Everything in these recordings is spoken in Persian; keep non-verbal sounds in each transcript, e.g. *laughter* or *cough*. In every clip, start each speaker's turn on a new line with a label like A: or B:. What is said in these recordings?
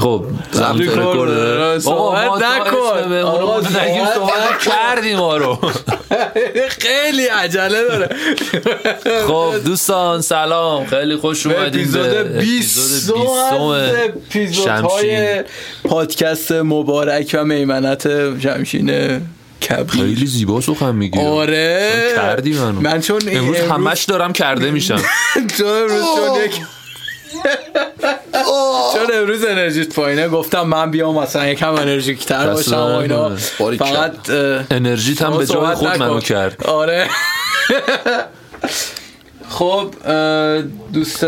A: خب همینطوره کرده. بابا ما
B: صحبت
A: تا
B: نکن.
A: اسم مهمونمون رو
B: آقا،
A: نگیم
B: صحبت
A: صحبت کردیم ما رو
B: خیلی عجله داره
A: خب دوستان سلام خیلی خوش
B: به
A: اومدین به
B: اپیزود 20 از اپیزودهای پادکست مبارک و میمنت جمشین کبخی
A: خیلی زیبا سخن میگی
B: آره
A: کردی منو
B: من چون این-
A: امروز همش دارم کرده میشم
B: چون امروز چون یک چون امروز انرژیت پایینه گفتم من بیام مثلا یکم انرژیک تر
A: دست
B: باشم و اینا
A: درد
C: نکنه.
B: فقط اه،
A: انرژیت هم
B: شما
A: به جای
B: صحبت
A: خود
B: نکن.
A: منو کرد
B: آره خب اه، دوست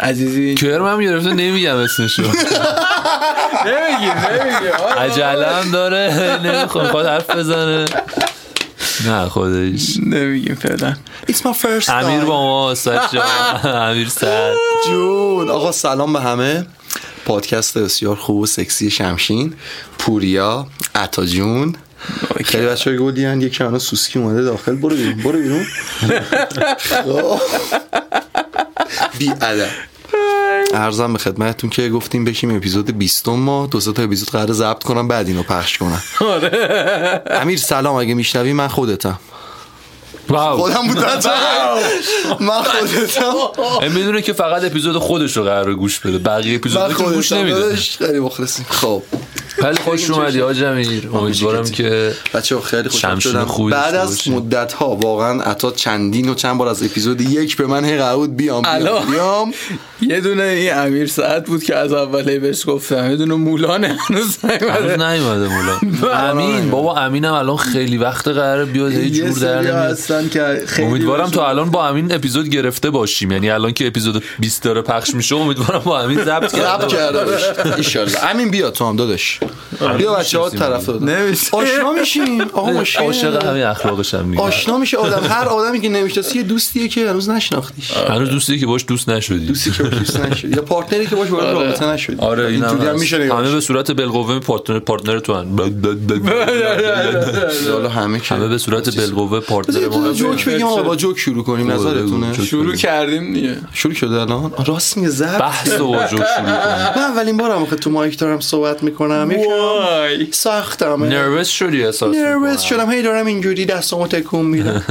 B: عزیزی
A: کرمم گرفته نمیگم اسمشو
B: نمیگی نمیگی آره.
A: عجله هم داره نمیخوام خواهد حرف بزنه نه خودش
B: نمیگیم فعلا
C: It's my first time.
A: امیر با ما سچا امیر سر
C: جون آقا سلام به همه پادکست بسیار خوب و سکسی شمشین پوریا عطا جون خیلی بچه های گودی هن یکی هنو سوسکی اومده داخل برو بیرون برو بیرون خب. بی ادب ارزم به خدمتتون که گفتیم بشیم اپیزود 20 ما دو سه تا اپیزود قرار ضبط کنم بعد اینو پخش کنم امیر سلام اگه میشنوی من خودتم
A: واو
C: خودم بودم *laughs* من خودتم
A: این میدونه یعنی که فقط اپیزود خودش رو قرار گوش بده بقیه
C: من
A: اپیزود که گوش
C: خودتم
A: نمیده
C: داداش، خیلی مخلصیم خب
A: خیلی خوش اومدی حاج امیر امیدوارم که
C: بچه خیلی خوشحال
A: شمشیر
C: شدم
A: خوبی
C: بعد
A: داشته
C: از
A: باشی.
C: مدت ها واقعا عطا چندین و چند بار از اپیزود یک به من هی قرار بود بیام
B: الو.
C: بیام, بیام.
B: یه دونه این امیر سعد بود که از اوله بهش گفتم یه دونه مولان هنوز
A: هنوز
B: نیومده
A: نیومده مولا امین بابا امینم الان خیلی وقت قراره بیاد یه
B: یه
A: جور در
B: سری
A: نمیاد
B: هستن که خیلی
A: امیدوارم
B: بهشون-
A: تا الان با امین اپیزود گرفته باشیم یعنی الان که اپیزود 20 داره پخش میشه امیدوارم با امین ضبط کرده
C: رب
A: باشیم.
C: کرده باش ایشالله امین بیا تو هم داداش
A: آره،
C: بیا بچه ها طرف دادن
B: نمیشه.
C: آشنا میشیم آقا مشکل
A: عاشق همین اخلاقش هم دیگه
C: آشنا میشه آدم هر آدمی که نمیشناسی یه دوستیه که هنوز نشناختیش
A: هنوز دوستی که باش دوست نشدی
C: دوستی که باش دوست نشدی یا پارتنری که باش وارد رابطه نشدی
A: آره این هم
C: اینجوری هم
A: هست.
C: میشه
A: همه
C: نگاه
A: به صورت بالقوه پارتنر پارتنر تو هن. بد- بد- بد- *laughs*
B: آره،
C: حالا همه که
A: همه به صورت بالقوه پارتنر
C: یه
A: ما
C: دونه
A: هن.
C: جوک بگیم آقا با جوک شروع کنیم نظرتونه
A: جوک.
B: شروع کردیم دیگه
C: شروع شده الان آه، راست میگه زرد
A: بحث و با جوک شروع کنیم.
C: من اولین بارم آخه تو مایک دارم صحبت میکنم یکم
B: وای
C: سختمه
A: نروس شدی احساس
C: نروس
A: می‌کنم.
C: شدم هی دارم اینجوری دستامو
A: *laughs*
C: تکون میدم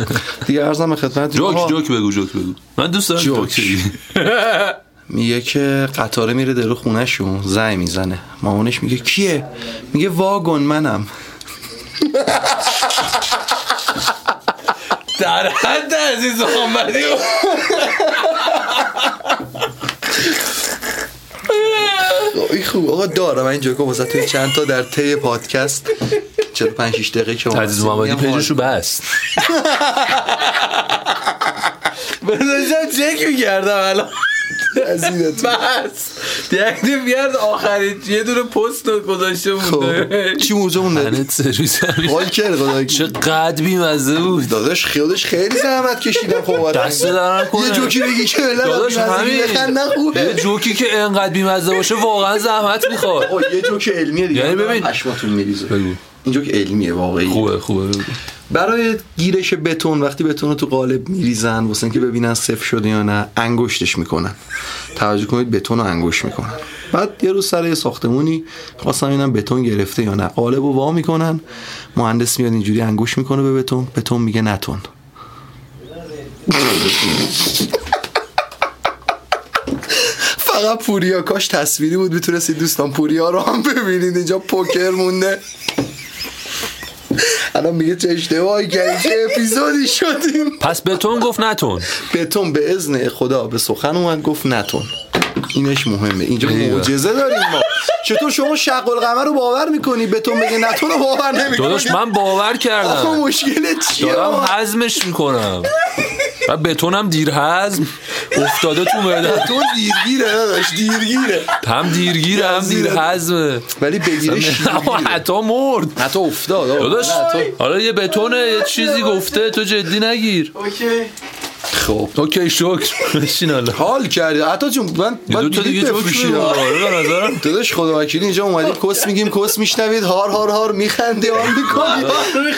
C: دیگه عرضم به خدمت
A: جوک جوک بگو جوک بگو من دوست دارم
C: جوک.
A: جوک بگی.
C: میگه که قطاره میره دل خونهشون زنگ میزنه مامانش میگه کیه میگه واگن منم
B: در حد عزیز محمدی
C: این خوب آقا دارم این جوکو واسه چند تا در طی پادکست 45 6 دقیقه که
A: عزیز محمدی پیجش رو بست
B: بذاشتم چک میکردم الان بس یک نیم گرد آخرین یه دونه پست رو گذاشته
C: خب.
B: مونده
C: چی موضوع مونده
A: تنت سرویس یعنی هم.
C: حال کرد خدا
A: چقدر بیمزه بود
C: داداش خیالش خیلی زحمت کشیدم خب
A: دست در نکنه.
C: یه جوکی بگی که بلد
A: داداش همین. یه جوکی که انقدر بیمزه باشه واقعا زحمت میخواد
C: یه جوک علمیه دیگه
A: یعنی ببین.
C: پشماتون میریزه
A: بگو.
C: این جوک علمیه واقعی
A: خوبه خوبه بگو.
C: برای گیرش بتون وقتی بتون رو تو قالب میریزن واسه اینکه ببینن صفر شده یا نه انگشتش میکنن توجه کنید بتون رو انگشت میکنن بعد یه روز سر یه ساختمونی خواستم ببینم بتون گرفته یا نه قالب رو وا میکنن مهندس میاد اینجوری انگشت میکنه به بتون بتون میگه نتون فقط پوریا کاش تصویری بود میتونستید دوستان پوریا رو هم ببینید اینجا پوکر مونده الان میگه چه اشتباهی کردی چه اپیزودی شدیم
A: پس بتون گفت نتون
C: بتون به اذن خدا به سخن اومد گفت نتون اینش مهمه اینجا معجزه داریم ما چطور شما شق القمر رو باور میکنی بتون بگه نتون رو باور
A: داداش
C: نمیکنی
A: من باور
C: آخه
A: کردم
C: مشکل چیه
A: دارم
C: آقا؟
A: هضمش میکنم و بتونم دیر هضم افتاده تو معده
C: بتون دیرگیره داداش دیرگیره
A: هم دیرگیره هم دیر هضمه
C: ولی بگیرش
A: اما
C: دیرگیره.
A: حتی مرد
C: حتی افتاد آقا.
A: داداش
C: نه، حتی-
A: حالا یه بتونه یه چیزی گفته تو جدی نگیر
B: اوکی
C: خب
A: اوکی شکر بشین حالا
C: حال کردی عطا جون من
A: یه
C: من
A: دو تا دیگه
C: بلیط
A: جوک
C: بفروشی،
A: میگم
C: آقا.
A: آره به نظرم
C: داداش خدا وکیلی اینجا اومدیم کس میگیم کس میشنوید هار هار هار میخندی حال میکنی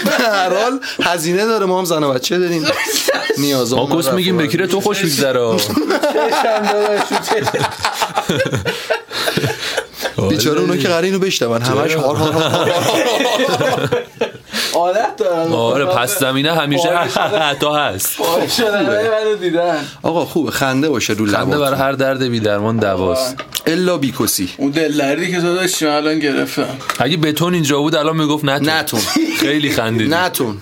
C: به هر حال هزینه داره ما هم زن و بچه داریم نیاز
A: ما کس میگیم بکیره تو خوش میگذره
B: چشم داداش تو چشم.
C: بیچاره اونا
A: آره.
C: که قراره اینو بشنون همش هار هار هار هار
D: عادت دارن
A: آره پس زمینه همیشه *laughs* حتی هست
D: پاره شدن منو دیدن
C: آقا خوبه خنده باشه رو
A: خنده بر
C: لبات
A: هر درد بی درمان دواست
C: الا بیکوسی
D: اون دلدردی که تو داشتی من الان گرفتم
A: اگه بتون اینجا بود الان میگفت نتون
C: نتون.
A: خیلی خندید
C: نتون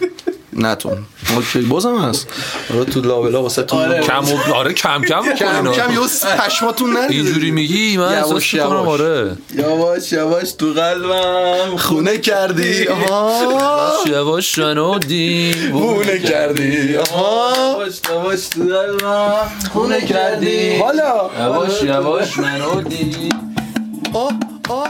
C: نتون اوکی بازم هست آره تو لابلا واسه تو
D: آره.
A: کم و... آره کم کم
C: کم
A: کن
C: کم
A: اینا.
C: یه پشماتون نریزه
A: آره. اینجوری میگی من
C: یواش
A: احساس میکنم
C: یواش.
A: آره
D: یواش یواش تو قلبم
C: خونه کردی آها
A: یواش شنودی
C: خونه کردی آها
D: یواش یواش تو قلبم خونه کردی
C: حالا
A: یواش یواش منودی
C: آه آه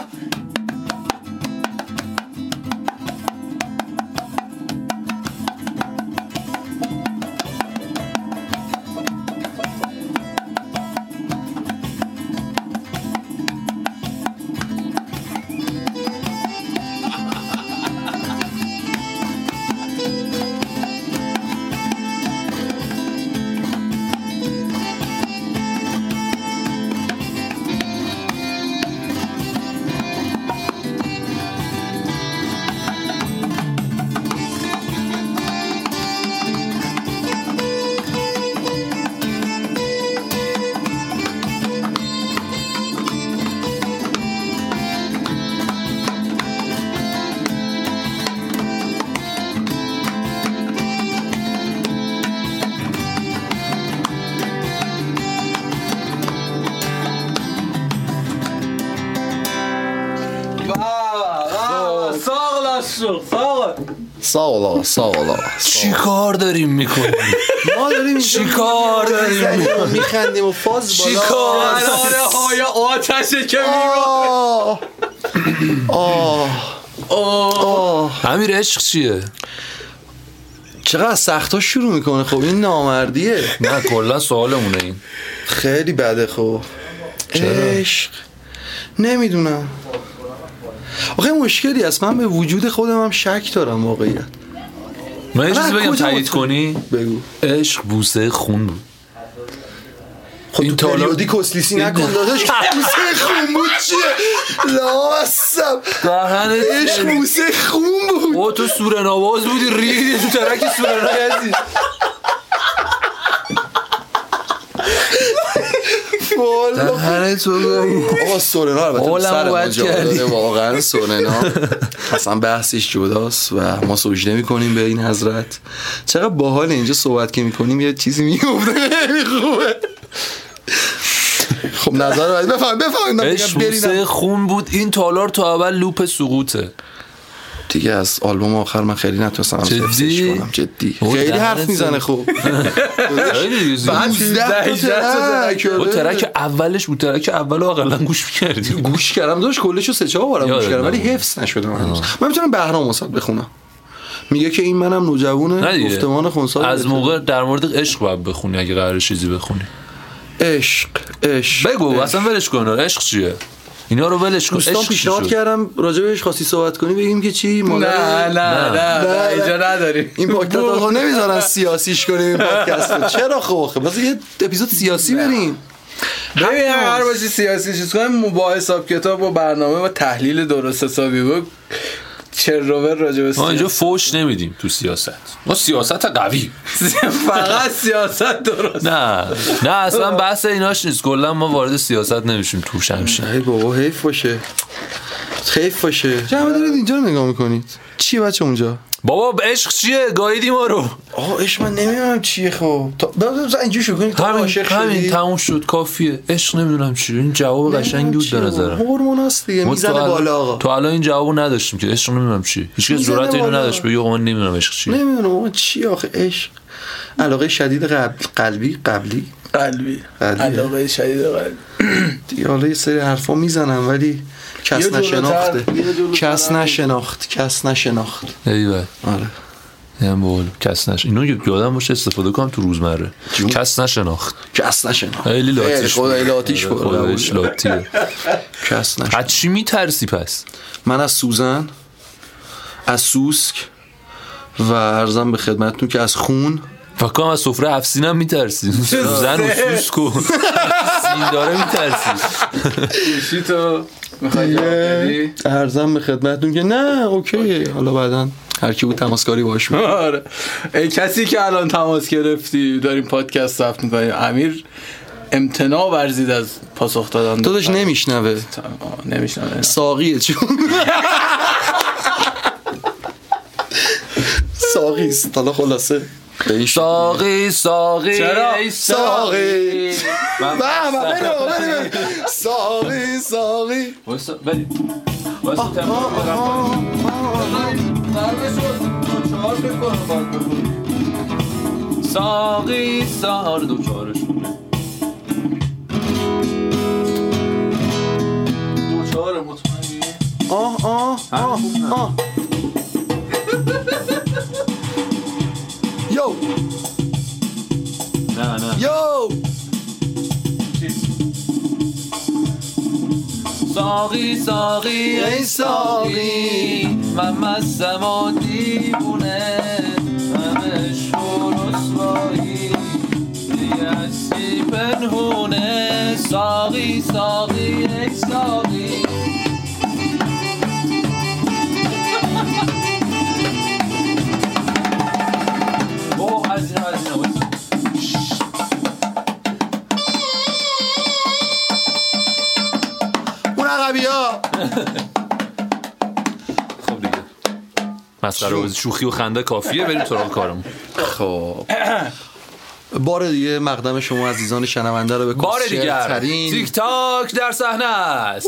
D: ساقلا شو ساقلا
C: سالا سالا
A: چی کار داریم میکنیم
C: ما داریم
A: چی کار داریم
C: میخندیم و فاز بالا
A: چی کار؟
D: قراره های آتشه که میبرد
C: آه آه آه
A: امیر عشق چیه
C: چقدر سخت ها شروع میکنه خب این نامردیه
A: نه کلا سوالمونه این
C: خیلی بده خب عشق نمیدونم آخه مشکلی هست من به وجود خودم هم شک دارم واقعیت
A: من یه چیزی
C: نه،
A: بگم
C: کجا
A: تایید
C: بود؟
A: کنی
C: بگو
A: عشق بوسه خون بود
C: خب
A: این
C: تو
A: تالا-
C: پریودی کسلیسی نکن داداش موسه خون بود چیه لاسم
A: دهنت
C: عشق موسه خون بود
A: او تو سوره نواز بودی ریدی تو ترک سوره نواز
C: والا
A: دهنت بابا.
C: آقا سورنا البته
A: حالمو
C: سر ما
A: بد
C: جا
A: کردی.
C: داده واقعا سورنا اصلا بحثش جداست و ما سوژه نمی کنیم به این حضرت چقدر باحال اینجا صحبت که میکنیم یه چیزی میگفته خیلی خوبه خب نظر رو بفهم بفهم
A: عشق بوسه خون بود این تالار تو اول لوپ سقوطه
C: دیگه از آلبوم آخر من خیلی نتونستم حفظش کنم جدی
A: او
C: خیلی حرف
A: دهنت
C: میزنه خب
A: خیلی زیاد.
C: 19 تا خب، ترک.
A: با ترک آره. اولش بود ترک اول اقلا گوش میکردی
C: گوش کردم داشت کلش رو سه چهار بارم گوش
A: یادت
C: کردم ولی
A: نبود.
C: حفظ نشده من هنوز. من میتونم بهرام وسط بخونم میگه که این منم
A: نه
C: نوجوانه
A: دیگه.
C: گفتمان خونسا
A: از موقع در مورد عشق باید بخونی اگه قرار چیزی بخونی
C: عشق عشق
A: بگو
C: عشق.
A: اصلا ولش کن عشق چیه اینا رو ولش کن
C: دوستان
A: عشق چی
C: پیشنهاد
A: شد
C: کردم راجع بهش خواستی صحبت کنی بگیم که چی
D: نه
C: مادر
D: نه نه
C: نه.
D: نه اینجا نداریم
C: این پادکست آقا نمیذارن سیاسیش کنیم این پادکست رو. چرا خب آخه بس یه اپیزود سیاسی بریم
D: ببین هم هر باشی سیاسی چیز کنیم با حساب کتاب با برنامه و تحلیل درست حسابی بود چروبر راجع به
A: ما اینجا
D: سیاست.
A: فوش نمیدیم تو سیاست ما سیاست قوی
D: فقط سیاست درست
A: نه نه اصلا بحث ایناش نیست کلا ما وارد سیاست نمیشیم تو شمشین
C: ای بابا حیف باشه حیف باشه چه همه دارید اینجا رو نگاه میکنید چی بچه اونجا
A: بابا عشق چیه گایدی ما رو
C: آقا اش من نمیدونم چیه خب تا بعد اینجوری شو کنید
A: همین همین تموم شد کافیه عشق نمیدونم چی این جواب قشنگی بود به نظرم
C: هورمون هست دیگه
A: ما
C: میزنه
A: تو الان-
C: بالا آقا
A: تو الان این جوابو نداشتیم که عشق نمیدونم چی هیچ کس
C: میزنه
A: جرأت اینو
C: بالا.
A: نداشت بگه آقا من نمیدونم عشق چیه
C: نمیدونم آقا چی آخه عشق علاقه شدید قبل قلبی قبلی
D: قلبی
C: قلبی.
D: علاقه شدید قلبی
C: دیگه حالا یه سری حرفا میزنم ولی
D: یه
C: کس
D: جلوتر،
C: نشناخته
D: یه جلوتر.
C: کس نشناخت کس نشناخت
A: ایول
C: آره
A: یعنی هم بول کس نش اینو که یادم باشه استفاده کنم تو روزمره
C: جون.
A: کس نشناخت
C: کس نشناخت
A: خیلی لاتیش
C: خدا خیلی لاتیش
A: بود.
C: بود.
A: خداییش لاتیه
C: کس نشناخت
A: از چی میترسی پس
C: من از سوزن از سوسک و ارزم به خدمتتون که از خون
A: فکر کنم از سفره افسینم میترسی زن و سوسک و سین داره میترسی
D: چی تو میخوای جواب بدی
C: ارزم به خدمتتون که نه اوکی حالا بعدا هر کی بود تماسکاری باش بود.
D: آره ای کسی که الان تماس گرفتی داریم پادکست ثبت میکنیم امیر امتناع ورزید از پاسخ دادن
C: تو داشت نمیشنوه
D: نمیشنم
C: ساقیه چون ساقیست حالا خلاصه به این شکل.
A: ساقی ساقی
D: چرا؟
A: ای
C: ساقی.
A: من-
C: بابا، برو، برو، برو. ساقی ساقی
A: وایسا، بریم. وایسا، تمرین برم. ساقی آره، سار دو چهارشونه دو چهاره مطمئنی؟
C: آه آه آه آه یو
A: نه نه
C: یو
A: ساقی ساقی
C: یعنی
A: ای ساقی من مستم و دیوونه همه شور و رسوایی دیگه هستی پنهونه ساقی ساقی ای ساقی اوه، هزینه، هزینه، وایسا.
C: اون عقبی ها
A: خب دیگه مسخره بازی شوخی و خنده کافیه بریم سراغ کارمون
C: خب بار دیگه مقدم شما عزیزان شنونده رو به
A: بار دیگر
C: کوچکترین
A: تیک تاک در صحنه است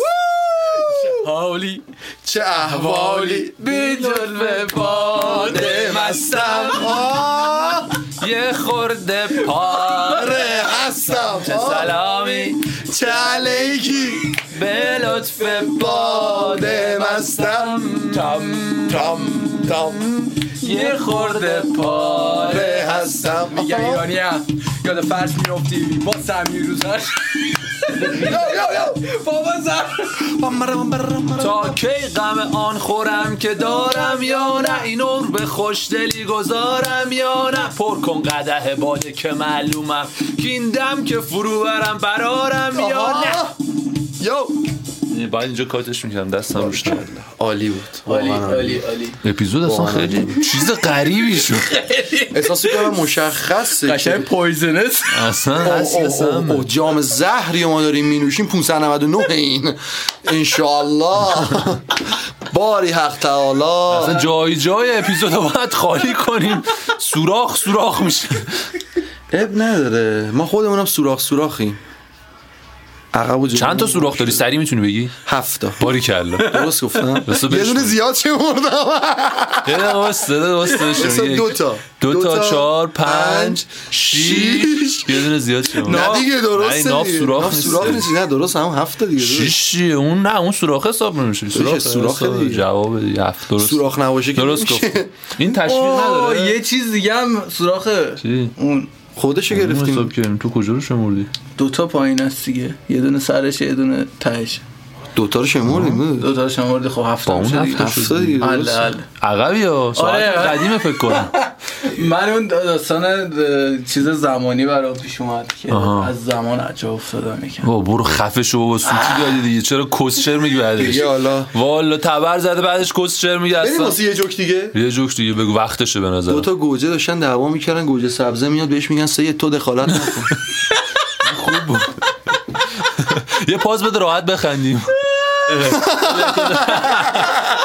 A: حالی
C: چه احوالی
A: بی جلوه باده مستم
C: آه،
A: یه خورده پاره
C: ره هستم
A: چه سلامی
C: چه علیکی
A: به لطف باده مستم تم
C: تام تام
A: یه خورده پاره
C: هستم
D: میگن ایرانی هم یاد فرش میرفتی با سمی روزن بابا زن
A: تا کی غم آن خورم که دارم یا نه این عمر به خوشدلی گذارم یا نه پر کن قده باده که معلومم که این دم که فرو برم برارم یا نه
C: یو
A: باید اینجا کاتش میکنم دستم روش
C: عالی بود
D: عالی
C: واقعاً عالی.
D: عالی عالی
A: اپیزود اصلا خیلی چیز غریبی شد
C: احساس میکنم مشخصه
D: قشنگ
C: که
D: پویزنس
A: اصلا
C: اوه، اوه،
A: اصلا
C: اوه، اوه، جام زهری ما داریم می نوشیم 599 این انشالله باری حق تعالی
A: اصلا جای جای اپیزود رو باید خالی کنیم سوراخ سوراخ میشه
C: اب نداره ما خودمونم سوراخ سوراخیم عقب و جلو.
A: چند تا سوراخ داری سری میتونی بگی
C: هفت تا
A: باری *laughs* کلا
C: درست *laughs* گفتم
A: درسته،
C: یه دونه
A: بشمار.
C: زیاد چه بردم مثلا دو تا
A: دو تا چهار پنج شیش
C: شیش.
A: یه دونه زیاد شد
C: نه دیگه درسته
A: نه، این ناف
C: دیگه.
A: سوراخ
C: ناف
A: نیست.
C: سوراخ نیست نه درست هم هفت تا دیگه درست.
A: شیش چیه؟ اون نه اون سوراخ حساب نمیشه سوراخ
C: سوراخه
A: حساب
C: دیگه.
A: جواب دیگه. هفت درست
C: سوراخ نباشه که
A: درست
C: نمیشه.
A: گفت این
C: *laughs*
A: تشویق
D: اوه،
A: نداره
D: یه چیز دیگه هم سوراخه
A: چی؟
D: اون
C: خودشو
A: اون حساب
C: گرفتیم
A: کردیم. تو کجا رو شمردی
D: دوتا پایین هست دیگه یه دونه سرش یه دونه تهش
C: دوتا رو شمردیم نه؟
D: دوتا رو شمردی خب هفته
A: با اون
D: میشه دیگه.
A: هفته
C: هفت
A: شد
C: تا دیگه
D: حله،
C: درست.
D: حله.
A: عقبی یا ساعت
D: آره.
A: قدیمه فکر کنم
D: من اون داستان اه، چیز زمانی برام پیش اومد که
A: آها.
D: از زمان عجب افتادم یکم
A: بابا برو خفه شو بابا سوتی دادی دیگه چرا کسچر میگی بعدش
C: دیگه حالا
A: والا تبر زده بعدش کسچر میگی
C: بریم
A: اصلا
C: واسه یه جوک دیگه
A: یه جوک دیگه بگو وقتشه به نظر
C: دوتا گوجه داشتن دعوا میکردن گوجه سبزه میاد بهش میگن سید تو دخالت نکن
A: یه پاس بده راحت بخندیم
C: *laughs*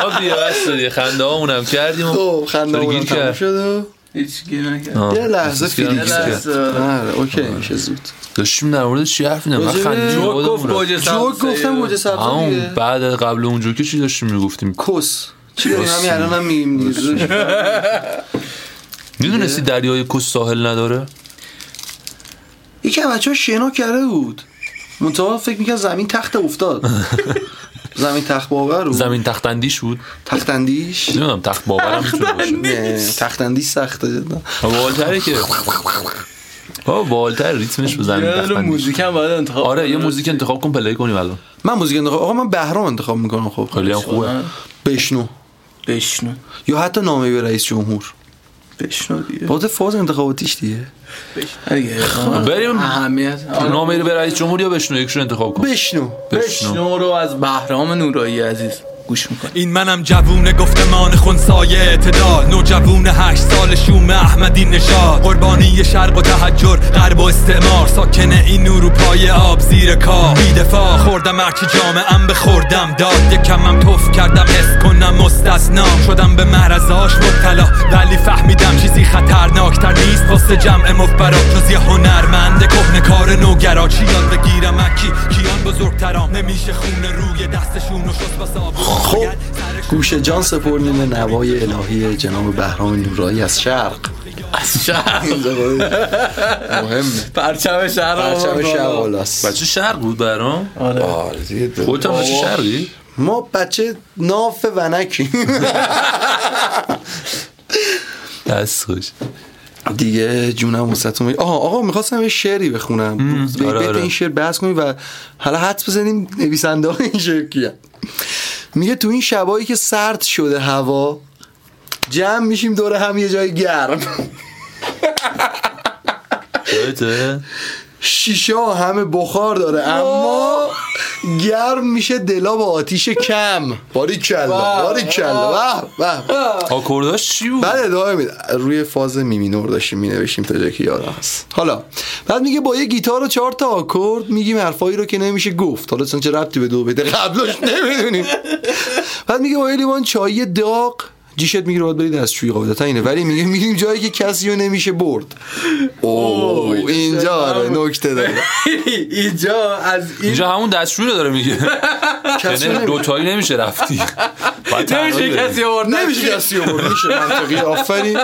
A: خب دیگه بس دیگه خنده هامونم کردیم و-
C: خب خنده
A: چرا گیر
C: اونم تموم
A: کرد؟
C: شد و
D: هیچ گیر نکردم
A: آه.
C: یه لحظه
A: چیز کردم.
C: فریز
D: یه
C: کرد
D: لحظه.
C: آره اوکی میشه زود
A: داشتیم در مورد چی حرف می‌زدیم؟ من
C: راجع به
A: خندیدیم
D: جوک
A: یادمون
D: گفت
A: رفت.
D: گوجه
C: جوک
D: سبزه.
C: گفتم گوجه سبزه
A: همون
C: دیگه
A: بعد از قبل اون جوکه چی داشتیم میگفتیم
C: کس چی داریم همین الان هم
A: آره.
C: میگیم دیگه.
A: *laughs* میدونستی دریای کس ساحل نداره
C: خب. یکی از بچه ها شنا کرده بود منتها فکر میکرد زمین تخت
A: *laughs*
C: افتاد زمین تخت باور بود
A: زمین تخت اندیش بود
C: تخت
A: *laughs*
C: اندیش
A: نمیدونم تخت باورم میتونه باشه
C: نه تخت اندیش سخته جدا
A: والتره که آه والتر ریتمش به
D: یه
A: زمین تخت
D: دونه
A: اندیش.
D: موزیک هم باید انتخاب
A: آره یه
D: کنم.
A: موزیک انتخاب کن پلی کنیم الان
C: من موزیک انتخاب آقا من بهرام انتخاب میکنم خب
A: خیلی هم خوبه
D: آه،
C: بشنو
D: بشنو
C: یا حتی نامه به رئیس جمهور
D: بشنو دیگه
C: بابت فاز انتخاباتیش دیگه
D: اگه
A: خب، بریم.
D: اهمیت آره.
A: نامه رو به رئیس جمهور یا بشنو یکشون انتخاب کن
C: بشنو
D: بشنو رو از بهرام نورایی عزیز گوش میکنی
E: این منم جوون گفتمان خونسای اعتدال نوجوون هشت سال شوم احمدی نشاد قربانی شرق و تحجر غرب و استعمار ساکن این اروپای آب زیر کار بیدفاع خوردم هرچی جامعه ام به خوردم داد یکم هم توف کردم حس کنم مستثنا شدم به معرضاش مبتلا ولی فهمیدم چیزی خطرناکتر نیست واسه جمع مفبرا جز یه هنرمند کهنه کار نوگرا چی یاد بگیرم از کی کیان بزرگترام نمیشه خون روی دستشون و شست واسه آب
C: خب گوش جان سپردیم به نوای الهی جناب بهرام نورایی از شرق
D: از شهر
C: مهمه
D: پرچم شهر رو آورد
C: پرچم
D: بالا.
C: شرق بالاست
A: بچه شهر بود برام
D: آره
C: آره دیگه.
A: خودت هم بچه شهری
C: ما بچه ناف ونکی
A: دست خوش
C: *laughs* دیگه جونم وسط اومد آها آقا میخواستم یه شعری بخونم به
A: آره،
C: بهت
A: آره.
C: این شعر بحث کنیم و حالا حدس بزنیم نویسنده ها این شعر کیه میگه تو این شبایی که سرد شده هوا جمع میشیم دور هم یه جای گرم
A: یادته؟
C: شیشه ها همه بخار داره اما گرم میشه دلا با آتیش کم باریکلا باریکلا به به
A: آکورداش چی بود
C: بعد ادامه میده روی فاز می مینور داشتیم می نوشیم تا جایی که یادم هست حالا بعد میگه با یه گیتار و چهار تا آکورد میگیم حرفایی رو که نمیشه گفت حالا چون چه ربطی به دو بده قبلش نمیدونیم بعد میگه با یه لیوان چای داغ جیشت میگیره باید برید از چوی قاعدتا اینه ولی میگه میریم جایی که کسی رو نمیشه برد اوه اینجا آره نکته داره
D: اینجا از این
A: اینجا همون دستشویی رو داره میگه
C: کسی رو
A: یعنی
C: نمیشه
A: دوتایی نمیشه رفتی باید تنهایی
D: نمیشه
A: بری.
D: کسی آورد
C: نمیشه کسی رو برد میشه منطقی آفرین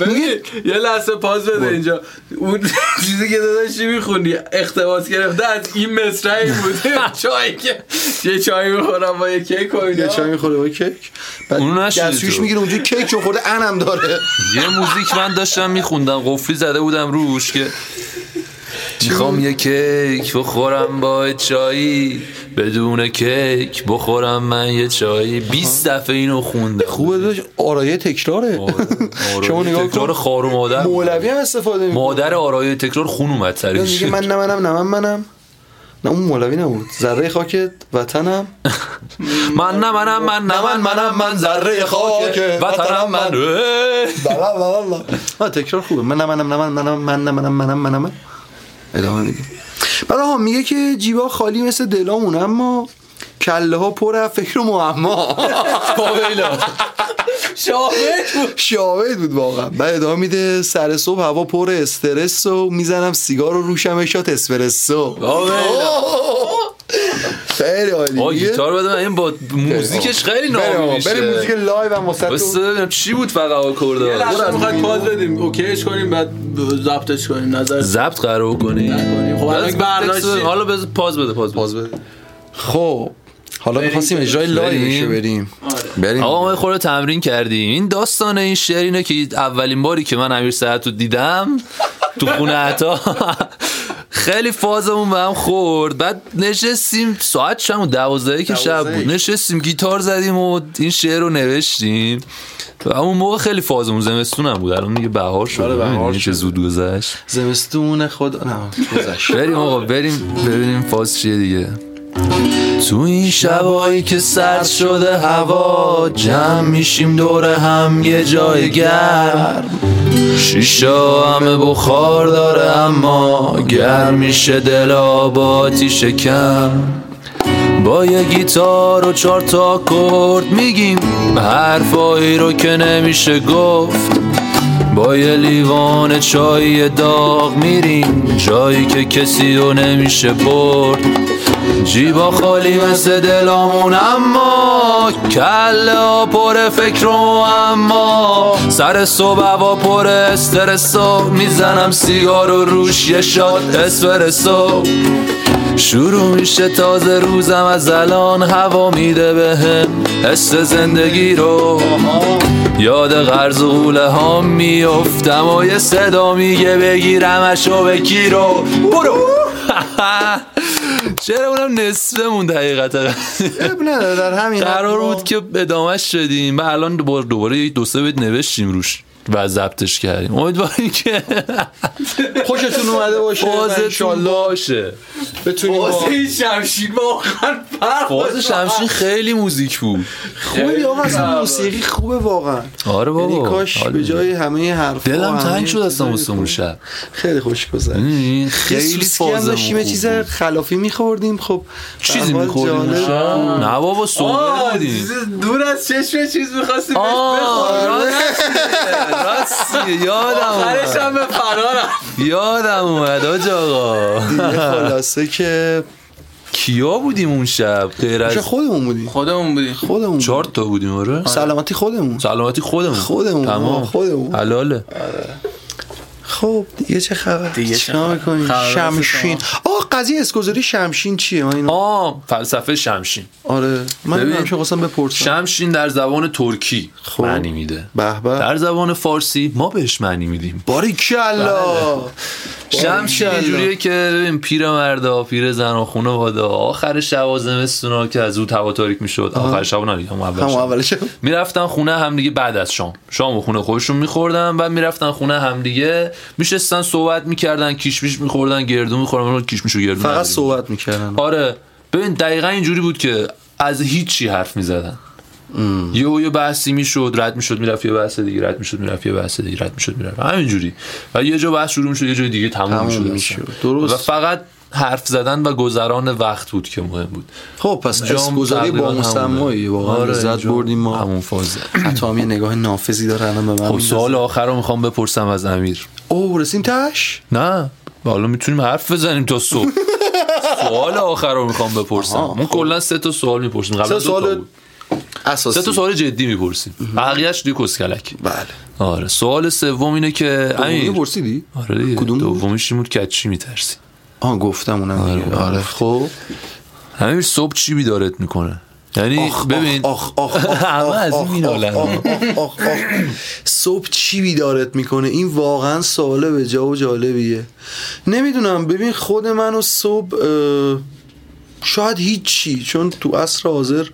D: ببین یه لحظه پاز بده اینجا اون *laughs* چیزی که داداشی میخونی اقتباس گرفته از این مصرعی بود چای که یه چای میخورم با یه کیک و اینا.
C: یه چای میخوره با کیک بعد
A: اونو نشنیدی
C: دستشویش
A: تو.
C: میگیره اونجا کیک رو خورده انم داره
A: یه موزیک من داشتم میخوندم قفلی زده بودم روش که میخوام یه کیک بخورم با چایی بدون کیک بخورم من یه چایی 20 دفعه اینو خوندم
C: خوبه داشت آرایه تکراره
A: آره.
C: *laughs* شما نگاه
A: تکرار
C: کن
A: خار و مادر
C: مولوی هم استفاده میکنه
A: مادر آرایه تکرار خون اومد سرش
C: میگه من نه منم نه من منم نه اون مولوی نبود ذره خاک وطنم
A: من نه منم من نه من منم من ذره خاک وطنم من اه.
C: بلا بلا بلا. آه، تکرار خوبه من نه منم نه من منم من نه منم منم منم من. ادامه میگه بعد آها میگه که جیبا خالی مثل دلامون اما کله ها پر از فکر و معما *laughs*
D: شاهد بود
C: شاهد بود واقعا بعد ادامه میده سر صبح هوا پر استرس و میزنم سیگار رو روشم شات اسپرسو خیلی
A: آه
C: عالی
A: گیتار بده من این با موزیکش خیلی نامی
C: بریم
A: میشه
C: بریم موزیک لایو هم
A: بس
C: واسه
A: ببینم چی بود فقط
D: یه
A: آکورد
D: لحظه میخواد پاز بدیم اوکیش کنیم بعد ضبطش کنیم نظر
A: ضبط قرار کنی
D: کنیم. خب الان که برداشتی
A: حالا بذار پاز بده پاز بده
C: خب حالا میخواستیم اجرای
A: بریم. آره.
C: لایو بریم بریم
A: آقا ما یه خورده تمرین کردیم این داستان این شعر اینه که اولین باری که من امیر ساعت رو دیدم تو خونه عطا *laughs* خیلی فازمون به هم خورد بعد نشستیم ساعت چند بود دوازدهی که شب
C: دوازدهی.
A: بود نشستیم گیتار زدیم و این شعر رو نوشتیم و اون موقع خیلی فازمون زمستون هم بود الان دیگه بهار شد
C: آره، بهار
A: می‌بینی چه زود گذشت
C: زمستون خود نه گذشت
A: بریم آقا بریم ببینیم فاز چیه دیگه تو این شبایی که سرد شده هوا جمع میشیم دور هم یه جای گرم شیشا همه بخار داره اما گرم میشه دل آباتی شکم با یه گیتار و چهار تا آکورد میگیم حرفایی رو که نمیشه گفت با یه لیوان چای داغ میریم جایی که کسی رو نمیشه برد جیبا خالی مثل دلامون اما کله ها پر فکر و اما سر صبح هوا پر استرسو میزنم سیگار و روش یه شاد اسپرسو شروع میشه تازه روزم از الان هوا میده بهم حس زندگی رو یاد قرض و غوله ها میفتم و یه صدا میگه بگیرمش و به کی رو برو *laughs* چرا اونم نصفمون دقیقتا
C: اب نداره خب در همین
A: قرار
C: حد ما-
A: بود که ادامهش شدیم و الان دوباره دوباره یه دو سه بیت نوشتیم روش و ضبطش کردیم امیدواریم که
C: *laughs* خوشتون اومده باشه و
A: بازتون
C: انشالله
A: باشه
C: بتونیم با-
D: واسه این شمشیر ما آخر فرق
A: باز
D: داشت.
A: شمشین خیلی موزیک بود
C: خوبی آقا اصلا
D: خبر.
C: موسیقی خوبه واقعا
A: آره
C: یعنی
A: بابا
C: کاش
A: حال
C: به جای همه حرف
A: دلم تنگ شد اصلا واسه اون شب
C: خیلی خوش گذشت
A: می‌دونی؟
C: یه
A: خیلی
C: سوسکی هم
A: فازمون
C: داشتیم یه
A: خوب
C: چیز
A: بود.
C: خلافی میخوردیم خب
A: چیزی
C: به هر حال
A: میخوردیم
C: جالب.
A: نه بابا سومه
D: آه،
A: بودیم
D: چیز دور از چشم چیز میخواستی بهش
A: آه،
D: بخور
A: راستیه یادم
D: آخرش
A: اومد
D: هم به فنا رفت
A: یادم اومد آج آقا *laughs*
C: دیگه خلاصه که
A: کیا بودیم اون شب غیر از
C: چه خودمون بودیم
D: خودمون بودی
C: خودمون
A: چهار تا بودیم آره
C: سلامتی خودمون
A: سلامتی خودمون
C: خودمون،
A: تمام
C: خودمون.
A: حلاله
C: خب دیگه چه خبر
D: دیگه چه
C: چیکار
D: خبر؟
C: کنیم
D: خبر واسه
C: شمشین آقا قضیه اسکوزری شمشین چیه من اینو
A: آه فلسفه شمشین
C: آره من
A: ببین.
C: ببین چه خواستم بپرسم
A: شمشین در زبان ترکی
C: خب.
A: معنی میده
C: به به
A: در زبان فارسی ما بهش معنی میدیم
C: باریکلا
A: بله.
C: خب،
A: شمشین یه
C: باریکلا.
A: جوریه که ببین پیر مردا پیر زن و خونه وادا آخر شب و زمستونا که از او هوا تاریک میشد آخر شب نه دیگه، همون اول
C: همون
A: شب.
C: اولش
A: میرفتن خونه همدیگه بعد از شام شام و خونه خودشون میخوردن بعد میرفتن خونه همدیگه میشستن صحبت میکردن کیشمیش میخوردن گردو میخوردن کیشمیش و گردو نداریم.
C: فقط صحبت میکردن
A: آره ببین دقیقا اینجوری بود که از هیچی حرف میزدن یه و یه بحثی میشد رد میشد میرفت یه بحث دیگه رد میشد میرفت یه بحث دیگه رد میشد میرفت همینجوری و یه جا بحث شروع میشد یه جای دیگه تموم
C: تموم
A: میشد
C: می‌شد. درست.
A: و فقط حرف زدن و گذران وقت بود که مهم بود
C: خب پس
A: جام
C: اسکوزاری با
A: تقریباً همونه.
C: مسمایی واقعا
A: آره،
C: لذت
A: اینجا
C: بردیم ما
A: همون فازه
C: حتی هم یه نگاه نافذی داره الان به من
A: خب
C: می‌ندازه.
A: سوال آخر رو میخوام بپرسم از امیر
C: او رسیم تاش
A: نه حالا میتونیم حرف بزنیم تا صبح سوال آخر رو میخوام بپرسم
C: آها، خب.
A: ما کلا سه تا سوال میپرسیم قبلا
C: سه
A: دو تا
C: سوال
A: بود.
C: اساسی
A: سه تا سوال جدی میپرسیم بقیه‌اش دیگه کسکلک
C: بله
A: آره سوال سوم اینه که
C: اونی
A: امیر
C: پرسیدی
A: آره دیگه.
C: کدوم بود؟
A: دومیش این بود که از چی میترسی
C: آه گفتم اونم آره, آره. خب
A: امیر صبح چی بیدارت میکنه یعنی
C: آخ،
A: ببین
C: آخ آخ آخ
A: *laughs* همه
C: آخ،
A: از این
C: آخ،
A: مینالن.
C: آخ، آخ، آخ، آخ. صبح چی بیدارت میکنه این واقعا سواله به جا و جالبیه نمیدونم ببین خود منو صبح اه، شاید هیچی چون تو عصر حاضر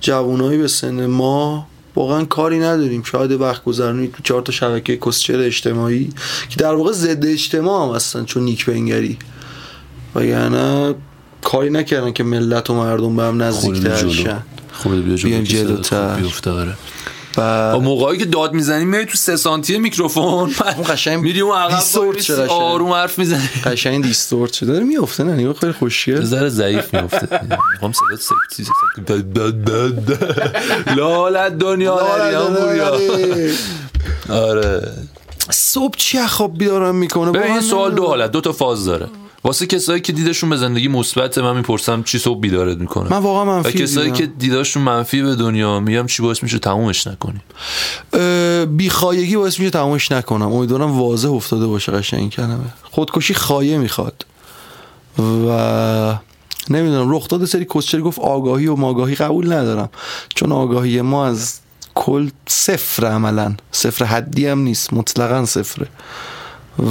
C: جوانایی به سن ما واقعا کاری نداریم شاید وقت گذرونی تو چهار تا شبکه کسچر اجتماعی که در واقع ضد اجتماع هم هستن چون نیک بنگری و یعنی کاری نکردن که ملت و مردم به هم
A: خودمون
C: نزدیکتر
A: جلو.
C: شن
A: خودت بیا جلو
C: بیایم
A: که صدات خوب
C: جلوتر.
A: بیفته، آره.
C: و
A: با موقعی که داد میزنی میای تو سه سانتی
C: *laughs*
A: میکروفون
C: اون قشنگ
A: میری اون عقب
C: دیستورت
A: وایمیسی،
C: شده قشنگ.
A: آروم حرف میزنی
C: قشنگ دیستورت شده داره میفته نه نگاه خیلی
A: یه
C: خوشگل
A: ذره ضعیف میفته میخوام صدا سکسی لالت دنیا نریان بوریا آره
C: آره. صبح چه خواب بیدارم میکنه
A: ببین این سوال دو حالت دو تا فاز داره واسه کسایی که دیدشون به زندگی مثبت من میپرسم چی صبح بیدارت میکنه
C: من واقعا
A: و
C: منفی
A: کسایی که دیداشون منفی به دنیا میگم چی باعث میشه تمومش نکنی
C: بیخایگی باعث میشه تمامش نکنم امیدوارم واضح افتاده باشه قشنگ این کلمه خودکشی خایه میخواد و نمیدونم رخ داد سری کوچر گفت آگاهی و ماگاهی قبول ندارم چون آگاهی ما از کل صفر عملا صفر حدی هم نیست مطلقا صفره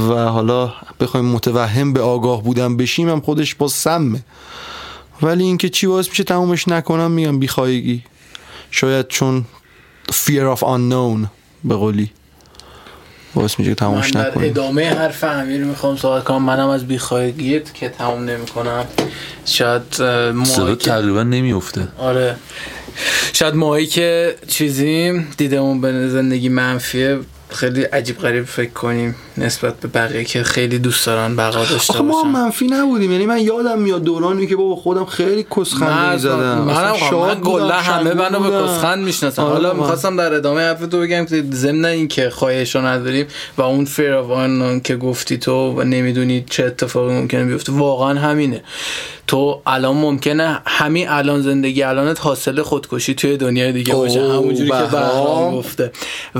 C: و حالا بخوایم متوهم به آگاه بودن بشیم هم خودش با سمه ولی اینکه چی باعث میشه تمومش نکنم میگم بیخایگی شاید چون fear of unknown به قولی باعث میشه که
B: من
C: تمومش
B: در
C: نکنیم
B: ادامه حرف امیر میخوام صحبت کنم منم از بیخواهگیت که تموم نمیکنم شاید اه،
A: صدا
B: موهایی که
A: تقریبا نمیفته
B: آره شاید ماهایی که چیزی دیدمون به زندگی منفیه خیلی عجیب غریب فکر کنیم نسبت به بقیه که خیلی دوست دارن بقا داشته
C: آخه ما هم
B: باشن
C: منفی نبودیم یعنی من یادم میاد دورانی که بابا خودم خیلی کسخنده
B: من
C: میزدم
B: منم خب، من کلا همه منو به کسخند میشناسن
C: آره،
B: حالا
C: من.
B: میخواستم در ادامه حرف تو بگم که ضمن اینکه خواهش رو نداریم و اون فیر آف آنون که گفتی تو و نمیدونی چه اتفاقی ممکنه بیفته واقعا همینه تو الان ممکنه همین الان زندگی الانت حاصل خودکشی توی دنیای دیگه باشه
C: اوه،
B: همونجوری که
C: بهرام.
B: بهرام گفته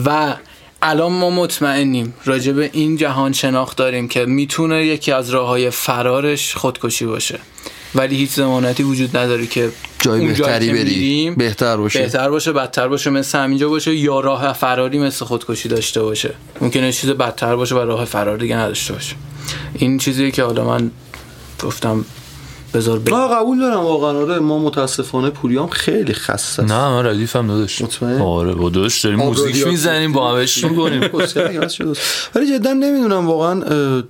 B: و الان ما مطمئنیم راجع به این جهان شناخت داریم که میتونه یکی از راه های فرارش خودکشی باشه ولی هیچ ضمانتی وجود نداره که
C: جای
B: اون
C: بهتری
B: که
C: بری.
B: میریم
C: بهتر باشه.
B: بهتر باشه بدتر باشه مثل همینجا باشه یا راه فراری مثل خودکشی داشته باشه ممکنه چیز بدتر باشه و راه فرار دیگه نداشته باشه این چیزیه که حالا من گفتم بذار بگم.
C: نه قبول دارم واقعا آره ما متاسفانه پوریام خیلی خسته است
A: نه من ردیف هم داداش
C: مطمئن؟
A: آره با داداش داریم موزیک
C: رادیو-
A: میزنیم با همش
B: یعنی
A: میکنیم
C: کسکرک عوض شده است. ولی جدا نمیدونم واقعا اه،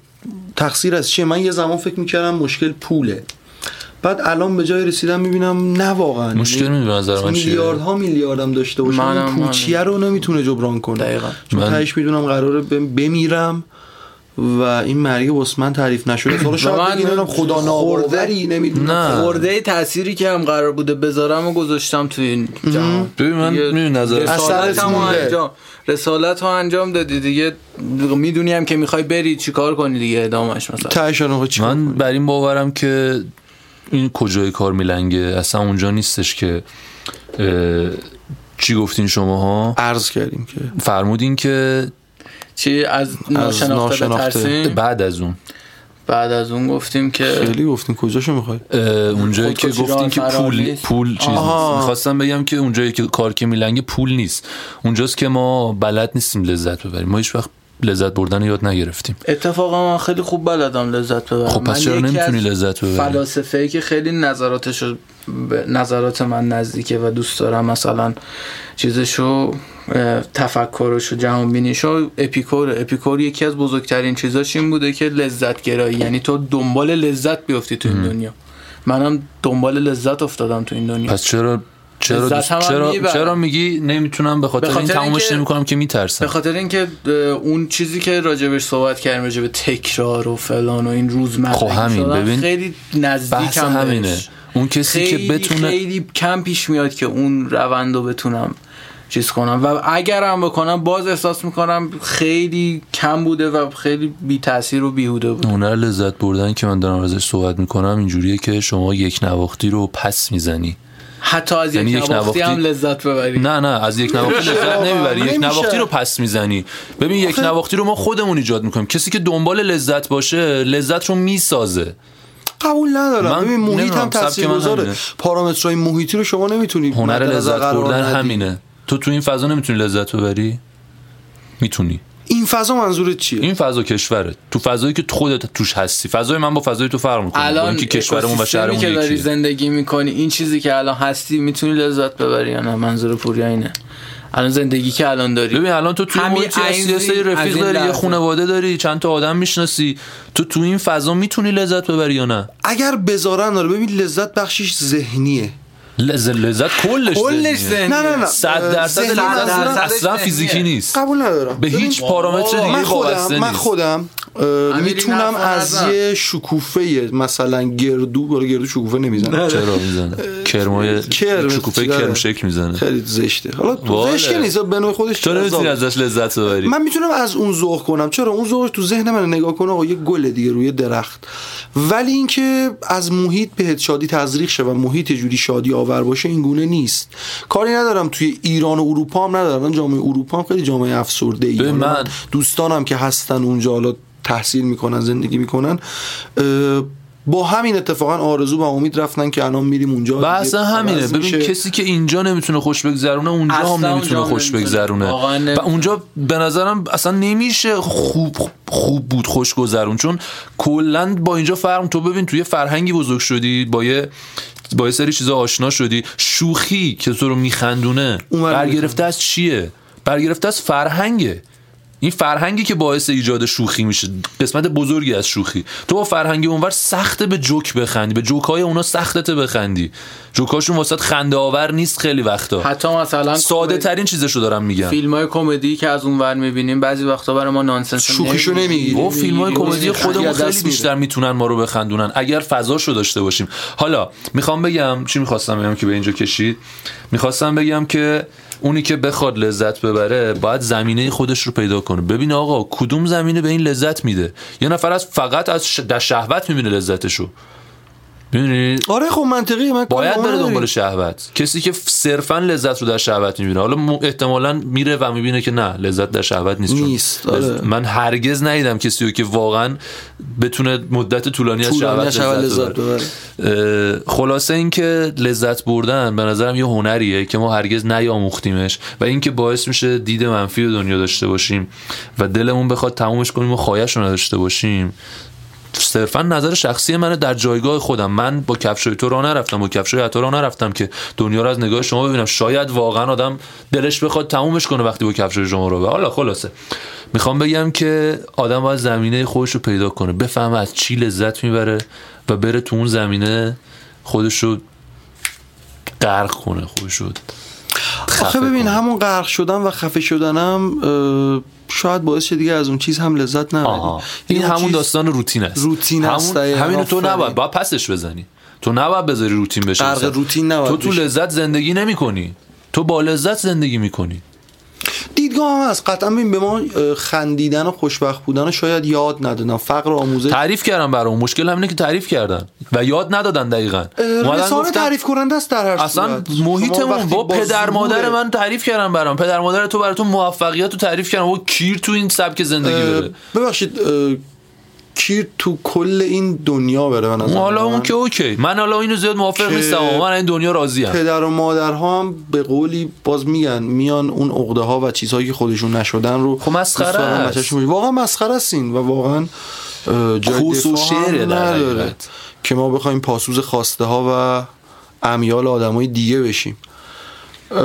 C: تقصیر از چیه من یه زمان فکر میکردم مشکل پوله بعد الان به جای رسیدم میبینم نه یعنی واقعا
A: مشکل میدونه نظر من چیه
C: میلیاردها میلیاردم داشته باشم
B: منم-
C: این پوچیه رو نمیتونه جبران کنه
B: دقیقاً.
C: چون
A: من-
C: تهش میدونم قراره بم- بمیرم و این مرگ واسه من تعریف نشده حالا
B: و من
C: شاید بگیرم خدا ناباوری نمیدونم
A: نه
B: خورده ای تأثیری که هم قرار بوده بذارم و گذاشتم توی این جهان
A: ببین من
B: دیگه
A: می‌دونی نظر-
B: رسالت
C: اثرت
B: هم
C: مونده.
B: انجام رسالت ها انجام دادی دیگه میدونی هم که میخوای بری چیکار کنی دیگه ادامش مثلا
C: تهش الان خب چی
A: من بر این باورم که این کجای کار میلنگه اصلا اونجا نیستش که اه، چی گفتین شماها
C: عرض کردیم که
A: فرمودین که
B: چی از ناشناخته
C: ناشناخته.
B: بترسیم
A: بعد از اون
B: بعد از اون گفتیم که
C: خیلی گفتیم کجاشو میخوای
A: اه، اونجایی که
B: خودکشی راه
A: گفتین که
B: فرار
A: پول
B: نیست.
A: پول چیز
C: آها.
A: نیست میخواستم بگم که اونجایی که کار که میلنگه پول نیست اونجاست که ما بلد نیستیم لذت ببریم ما هیچ وقت لذت بردن رو یاد نگرفتیم
B: اتفاقا من خیلی خوب بلدم لذت ببرم
A: خب
B: من
A: پس چرا
B: یکی
A: نمیتونی
B: از
A: لذت ببری
B: فلاسفه ای که خیلی نظراتش رو به نظرات من نزدیکه و دوست دارم مثلا چیزشو اه، تفکرشو جهان بینیشو اپیکور اپیکور یکی از بزرگترین چیزاش این بوده که لذت گرایی یعنی تو دنبال لذت بیفتی تو این دنیا منم دنبال لذت افتادم تو این دنیا
A: پس چرا چرا
B: لذت
A: دوست-
B: هم هم
A: چرا,
B: میبرم.
A: چرا میگی نمیتونم به
B: به
A: خاطر این
B: خاطر
A: تمومش
B: اینکه-
A: نمیکنم که میترسم
B: به خاطر اینکه اه، اون چیزی که راجبش صحبت کردیم راجب تکرار و فلان و این روزمره
A: خب همین،
B: شدن
A: ببین.
B: خیلی نزدیکم
A: بحث
B: بهش.
A: همینه اون کسی
B: خیلی
A: که بتونه
B: خیلی کم پیش میاد که اون روند رو بتونم چیز کنم و اگرم بکنم باز احساس میکنم خیلی کم بوده و خیلی بی تاثیر و بیهوده بود
A: هنر لذت بردن که من دارم ازش صحبت میکنم اینجوریه که شما یک نواختی رو پس میزنی
B: حتی از
A: یعنی
B: یک
A: یک
B: نواختی
A: نواختی-
B: هم لذت ببری
A: نه نه از یک نواختی لذت نمیبری یک
C: نمیشه.
A: نواختی رو پس میزنی ببین یک نواختی رو ما خودمون ایجاد میکنیم کسی که دنبال لذت باشه لذت رو میسازه
C: قبول ندارم
A: من
C: ببین محیط
A: نمیدونم،
C: هم
A: سبک من
C: تاثیرگذاره
A: همینه.
C: پارامترهای محیطی رو شما نمیتونی
A: هنر
C: مد نظر
A: لذت
C: قرار
A: بردن
C: ندی.
A: همینه تو تو این فضا نمیتونی لذت ببری میتونی
C: این فضا منظورت چیه
A: این فضا کشوره تو فضایی که خودت توش هستی فضای من با فضای تو فرق میکنه
B: الان
A: که کشورمون و
B: اکوسیستمی
A: شهرمون
B: که داری
A: یکیه
B: زندگی میکنی این چیزی که الان هستی میتونی لذت ببری یا نه منظور پوریا اینه الان زندگی که الان داری
A: ببین الان تو توی
B: همین
A: محیطی
B: عین
A: هستی، هستی،
B: این- از
A: رفیق
B: این
A: داری یه
B: لحظه.
A: خانواده داری چند تا آدم میشناسی تو تو این فضا میتونی لذت ببری یا نه
C: اگر بذارن داره ببین لذت بخشش ذهنیه
A: لذت, لذت کلش
B: کلش
A: ذهنیه.
B: ذهنیه.
C: نه نه نه
A: صد درصد
C: ذهنی
A: لذت
C: منظورم-
B: درصد.
A: اصلا
B: ذهنیه.
A: فیزیکی نیست
C: قبول ندارم
A: به
C: ببین،
A: هیچ پارامتر
C: من
A: دیگه
C: خودم
A: وابسته
C: من
A: نیست
C: خودم اه،
B: این
C: میتونم
B: حرف رو
C: از
B: نزن.
C: یه شکوفه مثلا گردو بالا گردو شکوفه نمیزنه
A: چرا میزنه کرمای
C: کرم،
A: شکوفه
C: چرا؟
A: کرم شکل میزنه
C: خیلی زشته حالا
A: واله.
C: زشته نیست به نوع خودش
A: تو نمیتونی
C: جذابه.
A: ازش لذت ببری
C: من میتونم از اون ذوق کنم چرا اون ذوقش تو ذهن من نگاه کنه آقا یه گل دیگه روی درخت ولی اینکه از محیط بهت شادی تزریق شه و محیط یه جوری شادی آور باشه این گونه نیست کاری ندارم توی ایران و اروپا هم ندارم من جامعه اروپا هم خیلی جامعه افسرده ای
A: ببین من-
C: دوستانم که هستن اونجا حالا تحصیل میکنن زندگی میکنن اه، با همین اتفاقا آرزو و امید رفتن که الان میریم اونجا
A: بحث
C: دیگه
B: خب
A: همینه
C: عوض
A: ببین
C: میشه.
A: کسی که اینجا نمیتونه خوش بگذرونه اونجا
B: اصلا
A: هم نمیتونه
B: اونجا هم
A: خوش
B: نمیتونه.
A: بگذرونه
B: واقعا
A: و
B: نمیتونه.
A: اونجا به نظرم اصلا نمیشه خوب خوب بود خوش گذرون چون کلا با اینجا فرق تو ببین توی فرهنگی بزرگ شدی با یه با یه سری چیزا آشنا شدی شوخی که تو رو میخندونه
C: اونور
A: برگرفته از چیه برگرفته از فرهنگه این فرهنگی که باعث ایجاد شوخی میشه قسمت بزرگی از شوخی تو با فرهنگ اونور سخته به جوک بخندی به جوک های اونا سختته بخندی جوکاشون واسط خنده آور نیست خیلی وقتا
B: حتی مثلا
A: ساده ترین چیزشو دارم میگم
B: فیلم های کمدی که از اون ور میبینیم بعضی وقتا برای ما نانسنس
C: شوخیشو نمیگیری.
A: و فیلم های کمدی
C: خیلی
A: خودمون
C: از
A: خیلی
C: دست میره.
A: بیشتر میتونن ما رو بخندونن اگر فضاشو داشته باشیم حالا میخوام بگم چی میخواستم بگم که به اینجا کشید میخواستم بگم که اونی که بخواد لذت ببره باید زمینه خودش رو پیدا کنه ببین آقا کدوم زمینه به این لذت میده یه نفر از فقط از ش... در شهوت میبینه لذتشو می‌دونی؟
C: آره خب منطقیه من کاری
A: باید
C: با
A: بره
C: اون
A: دنبال
C: نداری.
A: شهوت کسی که صرفا لذت رو در شهوت میبینه حالا م- احتمالا میره و میبینه که نه لذت در شهوت نیست چون
C: نیست، آره.
A: لذ- من هرگز ندیدم کسی رو که واقعا بتونه مدت طولانی از
C: طولانی
A: شهوت
C: از شهوت
A: لذت,
C: لذت
A: ببره.
C: ببره.
A: اه، خلاصه اینکه لذت بردن به نظرم یه هنریه که ما هرگز نیاموختیمش و اینکه باعث میشه دید منفی به دنیا داشته باشیم و دلمون بخواد تمومش کنیم و خواهش رو نداشته باشیم صرفا نظر شخصی منه در جایگاه خودم من با کفشای تو راه نرفتم با کفشای عطا راه نرفتم که دنیا رو از نگاه شما ببینم شاید واقعا آدم دلش بخواد تمومش کنه وقتی با کفشای شما رو به حالا خلاصه میخوام بگم که آدم باید زمینه خودش رو پیدا کنه بفهمه از چی لذت میبره و بره تو اون زمینه خودش رو غرق کنه خودش رو خفه
C: آخه ببین
A: کنه.
C: همون غرق شدن و خفه شدنم اه، شاید باعث شه دیگه از اون چیز هم لذت
A: آها.
C: نبری یعنی
A: این همون
C: چیز-
A: داستان روتین است
C: روتین است،
A: همون
C: دقیقاً.
A: همینو تو
C: آفرین.
A: نباید باید پسش بزنی تو نباید بذاری روتین بشه
C: غرق
A: مثلا.
C: روتین نباید
A: تو تو
C: بشی.
A: لذت زندگی نمی کنی تو با لذت زندگی میکنی
C: دیدگاه هم هست قطعا ببین به ما اه، خندیدن و خوشبخت بودن رو شاید یاد ندادن فقر و آموزش
A: تعریف کردم برام مشکل همینه که تعریف کردن و یاد ندادن دقیقا
C: اه،
A: اومدن
C: رسانه
A: گفتن-
C: تعریف کننده است در هر صورت
A: اصلا
C: شما
A: محیطمون
C: وقتی
A: با پدر
C: ظهور-
A: مادر من تعریف کردم برام پدر مادر تو براتون موفقیت رو تعریف کردم و کیر تو این سبک زندگی
C: اه،
A: بره
C: ببخشید اه، کیر تو کل این دنیا بره من
A: حالا اون که اوکی من حالا اینو زیاد موافق
C: که-
A: نیستم اما من این دنیا راضیم
C: پدر و مادرها هم به قولی باز میگن میان اون عقده ها و چیزهایی که خودشون نشدن رو
A: خب مسخره
C: دوست دارن
A: است.
C: بچه‌شون بگن. واقعا مسخره است این و واقعا اه، جای
A: کوس و
C: دفاع هم
A: شعره در
C: نداره
A: حقیقت.
C: که ما بخوایم پاسوز خواسته ها و امیال آدمای دیگه بشیم اه،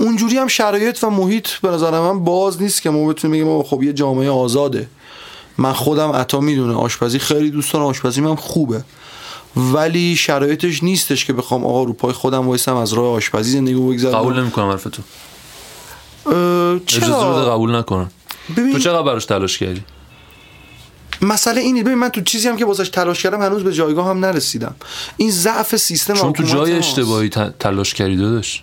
C: اونجوری هم شرایط و محیط به نظر من باز نیست که ما بتونیم بگیم آقا خب یه جامعه آزاده من خودم عطا میدونه آشپزی خیلی دوست دارم آشپزی من خوبه ولی شرایطش نیستش که بخوام آقا رو پای خودم وایسم از راه آشپزی زندگی رو بگذرم
A: قبول نمیکنم حرف تو
C: اه،
A: اجازه رو بده
C: چرا
A: قبول نکنم تو
C: ببین
A: چقدر براش تلاش کردی
C: مسئله اینه ببین من تو چیزی هم که واسش تلاش کردم هنوز به جایگاه هم نرسیدم این ضعف سیستم
A: چون تو
C: حکومت
A: جای
C: ماست.
A: اشتباهی ت- تلاش کردی داداش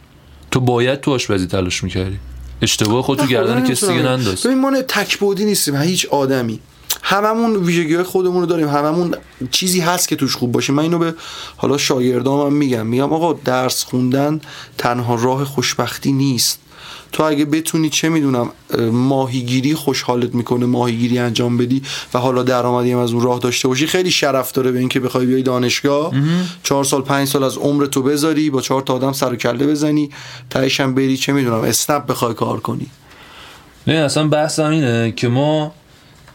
A: تو باید تو آشپزی تلاش میکردی اشتباه خود تو
C: نه، خدا
A: گردن کسی
C: نمی‌تونم.
A: دیگه ننداز
C: ببین ما نه تکبودی نیستیم هیچ آدمی هممون ویژگی های خودمون رو داریم هممون چیزی هست که توش خوب باشه من اینو به حالا شاگردامم میگم میگم آقا درس خوندن تنها راه خوشبختی نیست تو اگه بتونی چه میدونم اه، ماهیگیری خوشحالت میکنه ماهیگیری انجام بدی و حالا درآمدی هم از اون راه داشته باشی خیلی شرف داره به اینکه بخوای بیای دانشگاه چهار سال پنج سال از عمر تو بذاری با چهار تا آدم سر و کله بزنی تهش هم بری چه میدونم اسنپ بخوای کار کنی
A: نه اصلا بحثم اینه که ما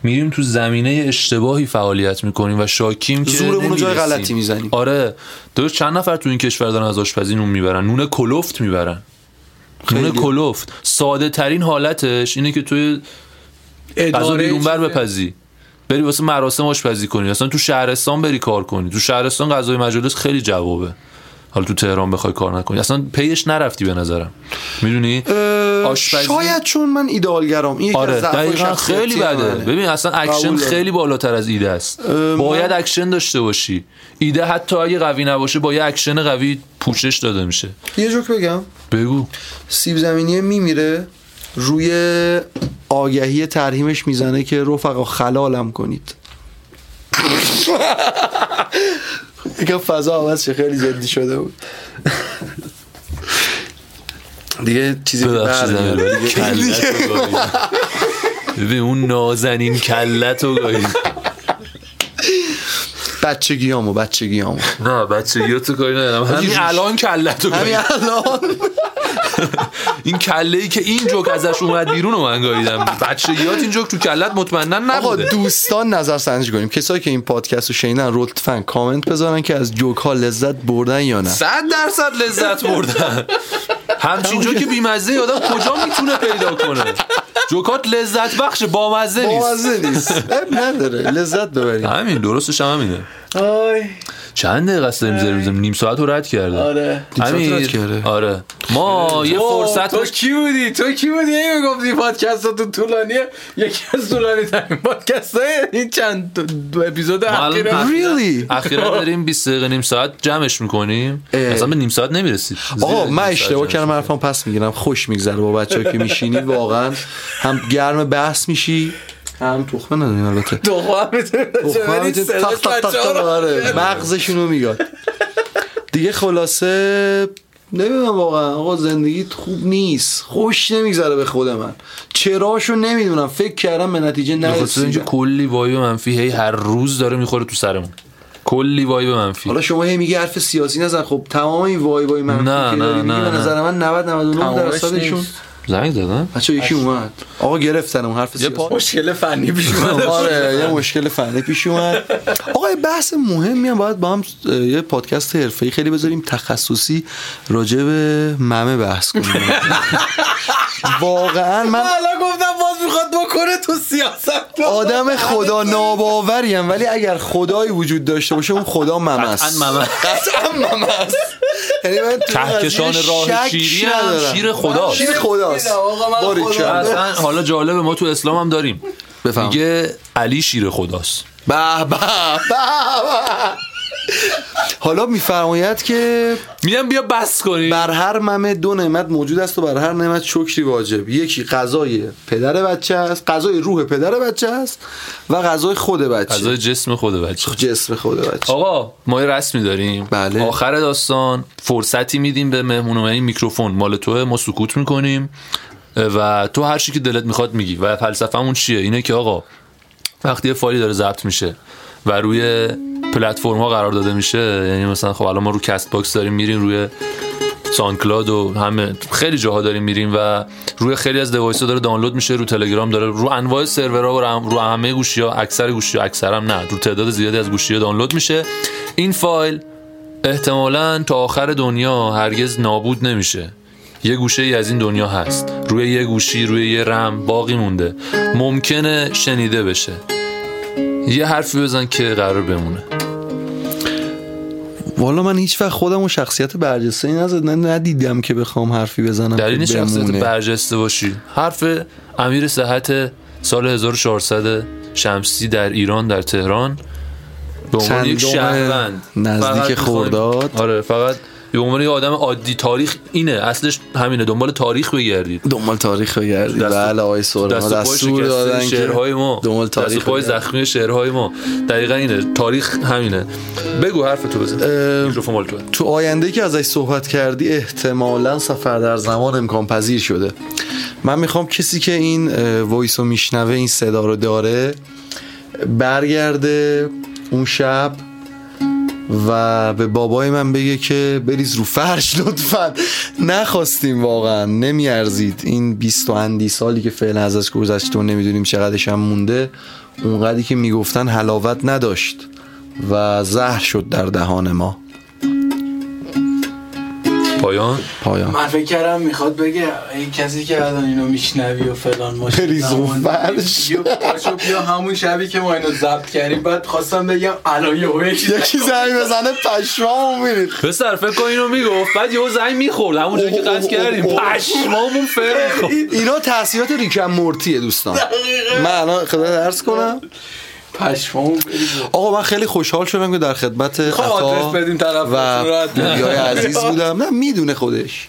A: میریم تو زمینه اشتباهی فعالیت میکنیم و شاکیم که
C: زورمون رو جای
A: نمی‌رسیم.
C: غلطی می‌زنیم.
A: آره درست چند نفر تو این کشور دارن از آشپزی نون میبرن نون کلفت میبرن نون
C: خیلی.
A: کلفت ساده ترین حالتش اینه که توی غذا
B: اداره
A: بیرون بر
B: چیزه.
A: بپزی بری واسه مراسم آشپزی کنی اصلا تو شهرستان بری کار کنی تو شهرستان غذای مجلس خیلی جوابه حالا تو تهران بخوای کار نکنی اصلا پیش نرفتی به نظرم میدونی آشپزی-
C: شاید چون من ایدالگرام این یکی
A: آره
C: از ضعف‌های
A: دقیقا
C: شخصیتی
A: خیلی بده
C: منه.
A: ببین اصلا اکشن
C: قبول دارم.
A: خیلی بالاتر از ایده است
C: من-
A: باید اکشن داشته باشی ایده حتی اگه قوی نباشه با یه اکشن قوی پوشش داده میشه
C: یه جوک بگم
A: بگو
C: سیب زمینی میمیره روی آگهی ترهیمش میزنه که رفقا خلالم کنید یکم فضا عوض شه خیلی جدی شده بود دیگه چیزی که
A: ببخشید
C: برمیاد.
A: امیرعلی، دیگه کلت رو گایید. ببین اون نازنین کلت رو گایید.
C: بچگیامو بچگیامو
A: نه بچه یه تو کاری ندارم همین الان کلت رو
C: همین
A: گایید.
C: الان
A: این کله ای که این جوک ازش اومد بیرون رو من گاییدم بچه یاد این جوک تو کلت مطمئنا
C: آقا
A: نبوده
C: دوستان نظر سنجی کنیم کسایی که این پادکست رو شنیدن لطفا کامنت بذارن که از جوک ها لذت بردن یا نه
A: صد درصد لذت بردن همچین جو که بیمزه آدم کجا میتونه پیدا کنه جوکات لذت بخش بامزه نیست
C: بامزه نیست اب نداره لذت ببریم
A: همین درستش هم همینه
B: آی
A: چند دقیقه است داریم زریم زریم. نیم ساعت رو رد کرده
B: آره
C: نیم ساعت
A: امیر،
C: رد کرده.
A: آره ما یه
B: اوه،
A: فرصت
B: تو
A: بهش-
B: کی بودی تو کی بودی این میگفتی پادکست تو طولانیه یکی از طولانی ترین پادکست های این چند دو, دو اپیزود
A: الان
B: اخیر
A: هفت-
C: Really? *laughs*
A: اخیرا داریم 20 دقیقه نیم ساعت جمعش میکنیم
C: اه.
A: اصلا به نیم ساعت نمیرسید
C: آقا من اشتباه کردم حرفم پس میگیرم خوش میگذره با بچه که میشینی واقعا هم گرم بحث میشی هم تخمه نداریم البته
B: دو خواهم میتونی
C: تخمه
A: یعنی
C: هم تق تق تق تق آره، مغزشون رو میگاد دیگه خلاصه نمیدونم واقعا آقا زندگیت خوب نیست خوش نمیگذره به خود من چراشو نمیدونم فکر کردم به نتیجه
A: بخاطر اینکه
C: نرسیدم
A: کلی وایب منفی هی هر روز داره میخوره تو سرمون کلی وایب منفی
C: حالا شما هی میگی حرف سیاسی نزن خب تمام این وای وای من
A: نه، نه،
C: که داری میگی
A: نه،
C: به
A: نه.
C: نظر من 90 99
B: تمامش
C: درصدشون
B: نیست.
A: زنگ زدن
C: بچه یکی اومد آقا گرفتنم حرف سیاسی
D: مشکل فنی پیش
C: *laughs*
A: بله.
C: آره یه مشکل فنی پیش اومد آقا یه بحث مهمی هم باید با هم اه، یه پادکست حرفه‌ای خیلی بذاریم تخصصی راجع به ممه بحث کنیم واقعا من
D: حالا گفتم باز میخواد بکنه تو سیاست
C: آدم خدا ناباوریم ولی اگر خدایی وجود داشته باشه اون خدا ممه است
A: قطعاً ممه.
C: قطعاً ممه است. یعنی من تو این
A: کهکشان
C: قضیه
A: راه
C: شک
A: شیری هم
C: ندارم.
A: شیر خداست.
C: شیر خداست
B: آقا، من
C: باریکلا.
B: خدا
A: اصلا حالا جالبه ما تو اسلام هم داریم
C: بفهم.
A: میگه علی شیر خداست
C: به به به به. حالا میفرماید که
A: میگم بیا بس کنیم
C: بر هر ممه دو نعمت موجود است و بر هر نعمت شکری واجب یکی غذای پدر بچه است غذای روح پدر بچه است و غذای خود بچه
A: غذای خب. جسم خود بچه
C: جسم خود بچه
A: آقا ما یه رسمی داریم
C: بله.
A: آخر داستان فرصتی میدیم به مهمون اومدن. این میکروفون مال توه ما سکوت میکنیم و تو هر چی که دلت میخواد میگی و فلسفهمون چیه اینه که آقا وقتی یه فایلی داره ضبط میشه و روی پلتفرم ها قرار داده میشه یعنی مثلا خب الان ما رو کست باکس داریم میریم روی سانکلاد و همه خیلی جاها داریم میریم و روی خیلی از دیوایس داره دانلود میشه رو تلگرام داره رو انواع سرورها و رو رو همه گوشی ها اکثر گوشی ها اکثر هم نه رو تعداد زیادی از گوشی ها دانلود میشه این فایل احتمالا تا آخر دنیا هرگز نابود نمیشه یه گوشه ای از این دنیا هست روی یه گوشی روی یه رم باقی مونده ممکنه شنیده بشه یه حرفی بزن که قرار بمونه
C: والا من هیچ وقت خودم و شخصیت برجسته نزد نه- ندیدم که بخوام حرفی بزنم
A: در این
C: که
A: شخصیت
C: بمونه.
A: برجسته باشی حرف امیر صحت سال 1400 شمسی در ایران در تهران به عنوان یک
C: چندم
A: شهروند
C: نزدیک
A: فقط می‌خوایم-
C: خرداد.
A: آره فقط به عنوان یه آدم عادی تاریخ اینه اصلش همینه دنبال تاریخ بگردید
C: دنبال تاریخ بگردی
A: دست-
C: بله آقای سورما
A: دست و پای
C: دستور
A: شکسته
C: دادن که
A: شعرهای ما
C: دنبال
A: دست و
C: تاریخ
A: پای
C: بگردی.
A: زخمی شعرهای ما دقیقا اینه تاریخ همینه بگو حرف تو بزن
C: اه،
A: میکروفون مال توه.
C: تو آینده که ازش صحبت کردی احتمالا سفر در زمان امکان پذیر شده من میخوام کسی که این اه، وایس رو میشنوه این صدا رو داره برگرده اون شب و به بابای من بگه که بریز رو فرش لطفا نخواستیم واقعا نمیارزید این 20 و اندی سالی که فعلا ازش گذشته و نمیدونیم چقدرش هم مونده اونقدری که میگفتن حلاوت نداشت و زهر شد در دهان ما
A: پایان
C: پایان
B: من فکر کردم میخواد بگه این کسی که الان اینو میشنوی و فلان ما
C: بریز رو فرش.
B: بیا پاشو بیا همون شبی که ما اینو ضبط کردیم بعد خواستم بگم الان یهو یکی
C: یکی زنگ بزنه پشمام میرید
A: پسر فکر کن اینو میگفت بعد یهو زنگ میخورد همونجا که قطع کردیم پشمامون فر می‌خورد.
C: اینا تاثیرات ریکم مورتیه دوستان من الان خدمت عرض کنم
B: پشمامو بریز
C: آقا من خیلی خوشحال شدم که در خدمت
D: خب، آدرس
C: عطا
D: بدیم طرف
C: و
D: راحت کنیم.
C: پوریای عزیز
D: خب.
C: بودم نه میدونه
D: *laughs*
C: خودش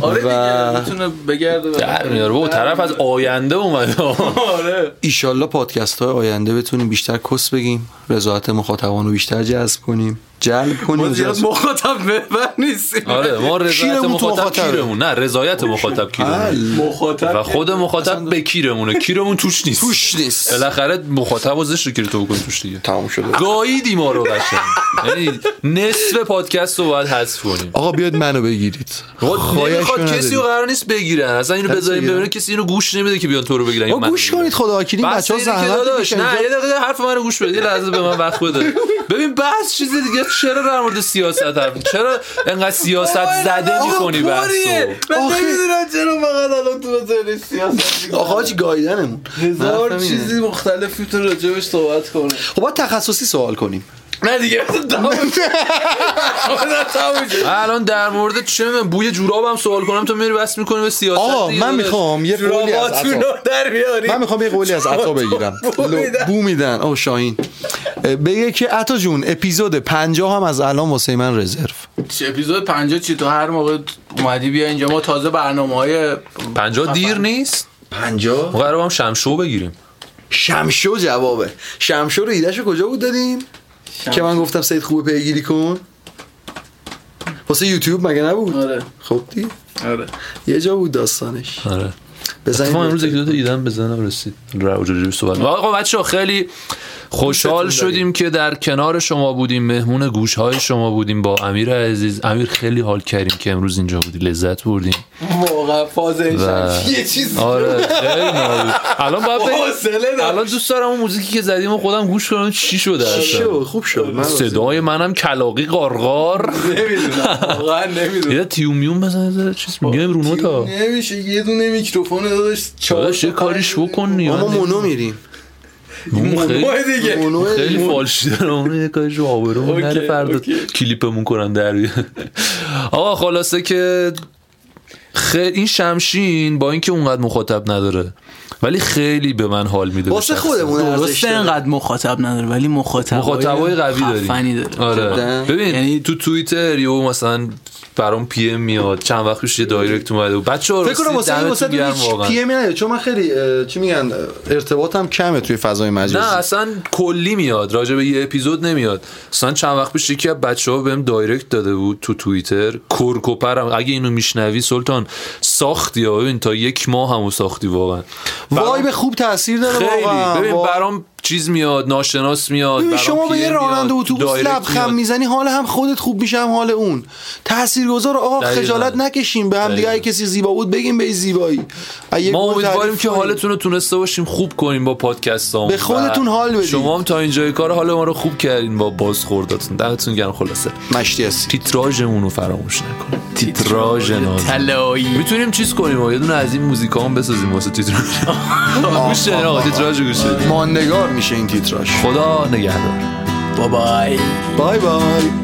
D: آره
C: و-
D: دیگه میتونه بگرده
A: در میاره بابا طرف از آینده اومده
D: آره
C: ایشالله پادکست های آینده بتونیم بیشتر کس بگیم رضایت مخاطبان رو بیشتر جذب کنیم جلب
D: ما
C: کنیم
D: زیاد
C: جذب-
D: مخاطب محور نیستیم
A: آره ما
C: کیرمون
A: رضایت
C: تو
A: مخاطب
C: مخاطبه.
A: کیرمون نه رضایت مخاطب کیرمون
D: مخاطب
A: و خود مخاطب به کیرمونه کیرمون توش نیست
C: توش نیست
A: بالاخره مخاطب و زشت رو کیر تو بکن توش دیگه
C: تموم شده
A: گاییدی ما رو قشنگ یعنی نصف پادکست رو باید حذف کنیم
C: آقا بیاد منو بگیرید
A: خب،
C: خواهش
A: نمیخواد کسی رو
C: ندارید.
A: قرار نیست بگیرن اصلا اینو
C: کسی
A: بذاریم
C: بگیرن.
A: ببینه کسی اینو گوش نمیده که بیان تو رو بگیرن یا
C: آقا
A: من
C: گوش
A: رو بگیرن.
C: کنید خدا وکیلی
A: بچه
C: بچه‌ها زحمت
A: داداش
C: می‌کشن.
A: نه یه دقیقه حرف من رو گوش بده یه لحظه به من وقت بده ببین بحث چیز دیگه است. چرا در مورد سیاست حرف چرا انقدر سیاست زده میکنی بحثو
D: من
C: آخه.
D: نمیدونم چرا فقط الان تو بزاری سیاست می‌کنی.
C: *laughs* آقا حاج گایدنمون
D: هزار
C: حرف اینه.
D: چیزی مختلفی تو راجبش صحبت کنه
C: خب باید تخصصی سوال کنیم
D: نه دیگه تموم
A: *laughs*
D: شد. آره، تموم شد.
A: الان در مورد چه می‌دونم، بوی جورابم سوال کنم تو میری بس میکنی به سیاست
C: آقا
A: دیگه
C: من
A: داداش.
C: میخوام یه قولی از
D: جوراباتون
C: عطا
D: رو در بیاری
C: من میخوام یه قولی از عطا بگیرم
D: بو میدن.
C: بو میدن او شاهین بگه که عطا جون اپیزود 50 هم از الان واسه من رزرو
B: چه اپیزود 50 چی تو هر موقع اومدی بیا اینجا ما تازه برنامه های
A: پنجاه دیر نیست
C: 50
A: ما قرار هم شمشو بگیریم
C: شمشو جوابه شمشو رو ایدهشو کجا بود دادیم که من گفتم سید خوبه پیگیری کن واسه یوتیوب مگه نبود
B: آره
C: خب دی
B: آره
C: یه جا بود داستانش
A: آره
C: بزنید
A: اتفاقا امروز یکی دو تا ایدم بزنم رسید رو جوری صحبت آقا بچه خیلی خوشحال
C: دوستتون داریم.
A: شدیم که در کنار شما بودیم مهمون گوش های شما بودیم با امیر عزیز امیر خیلی حال کردیم که امروز اینجا بودی لذت بردیم
B: واقعا فاز این شمشیر یه چیز
A: آره خیلی نابود. الان باید بریم-
B: حوصله ندارم.
A: الان دوست دارم اون موزیکی که زدیم و خودم گوش کنم چی شده اصلا.
C: شو خوب شد من
A: صدای منم کلاقی قارقار
B: نمیدونم واقعا نمیدونم
A: یه تیومیون بزن یه ذره چیز میایم رو نوتا
B: نمیشه یه دونه میکروفون داداش چهار
A: داداش یه کاریش بکن
C: ما
A: نیان
C: مونو میریم
A: اون خیلی
B: ماه دیگه
C: مونو
A: خیلی فالش داره اون یه کاریش رو آبرو
B: اوکی،
A: نره فردا
B: اوکی.
A: کلیپمون کنن در بیاد. آقا خلاصه که خیلی این شمشین با اینکه اونقدر مخاطب نداره ولی خیلی به من حال میده به
C: واسه
A: شخصه.
C: خودمون ارزش
B: درسته
C: داره.
B: اینقدر مخاطب نداره ولی مخاطب
A: مخاطبای قوی داری
B: داره
A: آره
C: جدا.
A: ببین
B: یعنی-
A: تو توییتر یه مثلا برام پی ام میاد چند وقت پیش یه دایرکت اومده بود بچه‌ها
C: فکر کنم واسه این
A: دمتون
C: واسه
A: گرم
C: هیچ
A: واقعا.
C: پی ام نداره چون من خیلی اه، چی میگن اه، ارتباطم کمه توی فضای
A: نه
C: مجازی
A: اصلا کلی میاد راجع به یه اپیزود نمیاد اصلا چند وقت پیش یکی از بچه‌ها بهم دایرکت داده بود تو توییتر کرکوپرم اگه اینو میشنوی سلطان ساختی یا ببین تا یک ماه همو ساختی واقعا
C: وای به خوب تاثیر داره واقعا
A: خیلی ببین
C: وای.
A: برام چیز میاد ناشناس میاد
C: ببین
A: برام
C: شما به
A: پی
C: یه
A: ام میاد،
C: راننده اتوبوس
A: دایرکت
C: لبخم
A: میاد.
C: میزنی حال هم خودت خوب میشه هم حال اون تاثیرگذار آقا
A: دقیقاً.
C: خجالت نکشیم به هم دیگه
A: دقیقاً.
C: اگه کسی زیبا بود بگیم به این زیبایی اگه
A: ما
C: گل
A: امیدواریم
C: تعریف
A: که
C: کنیم.
A: حالتون رو تونسته باشیم خوب کنیم با پادکست
C: به خودتون حال بدید.
A: شما هم تا اینجای کار حال ما رو خوب کردین با بازخورداتون دمتون گرم خلاصه
C: مشتی هستی
A: تیتراژمون رو فراموش نکنیم تیتراژ نازم.
B: طلایی
A: میتونیم چیز کنیم و یه دونه از این موزیکا هم بسازیم واسه تیتراژ *laughs* گوش بدین آقا تیتراژ رو گوش بدین.
C: ماندگار میشه این تیتراش
A: خدا نگهدار
B: بابای
C: بای بای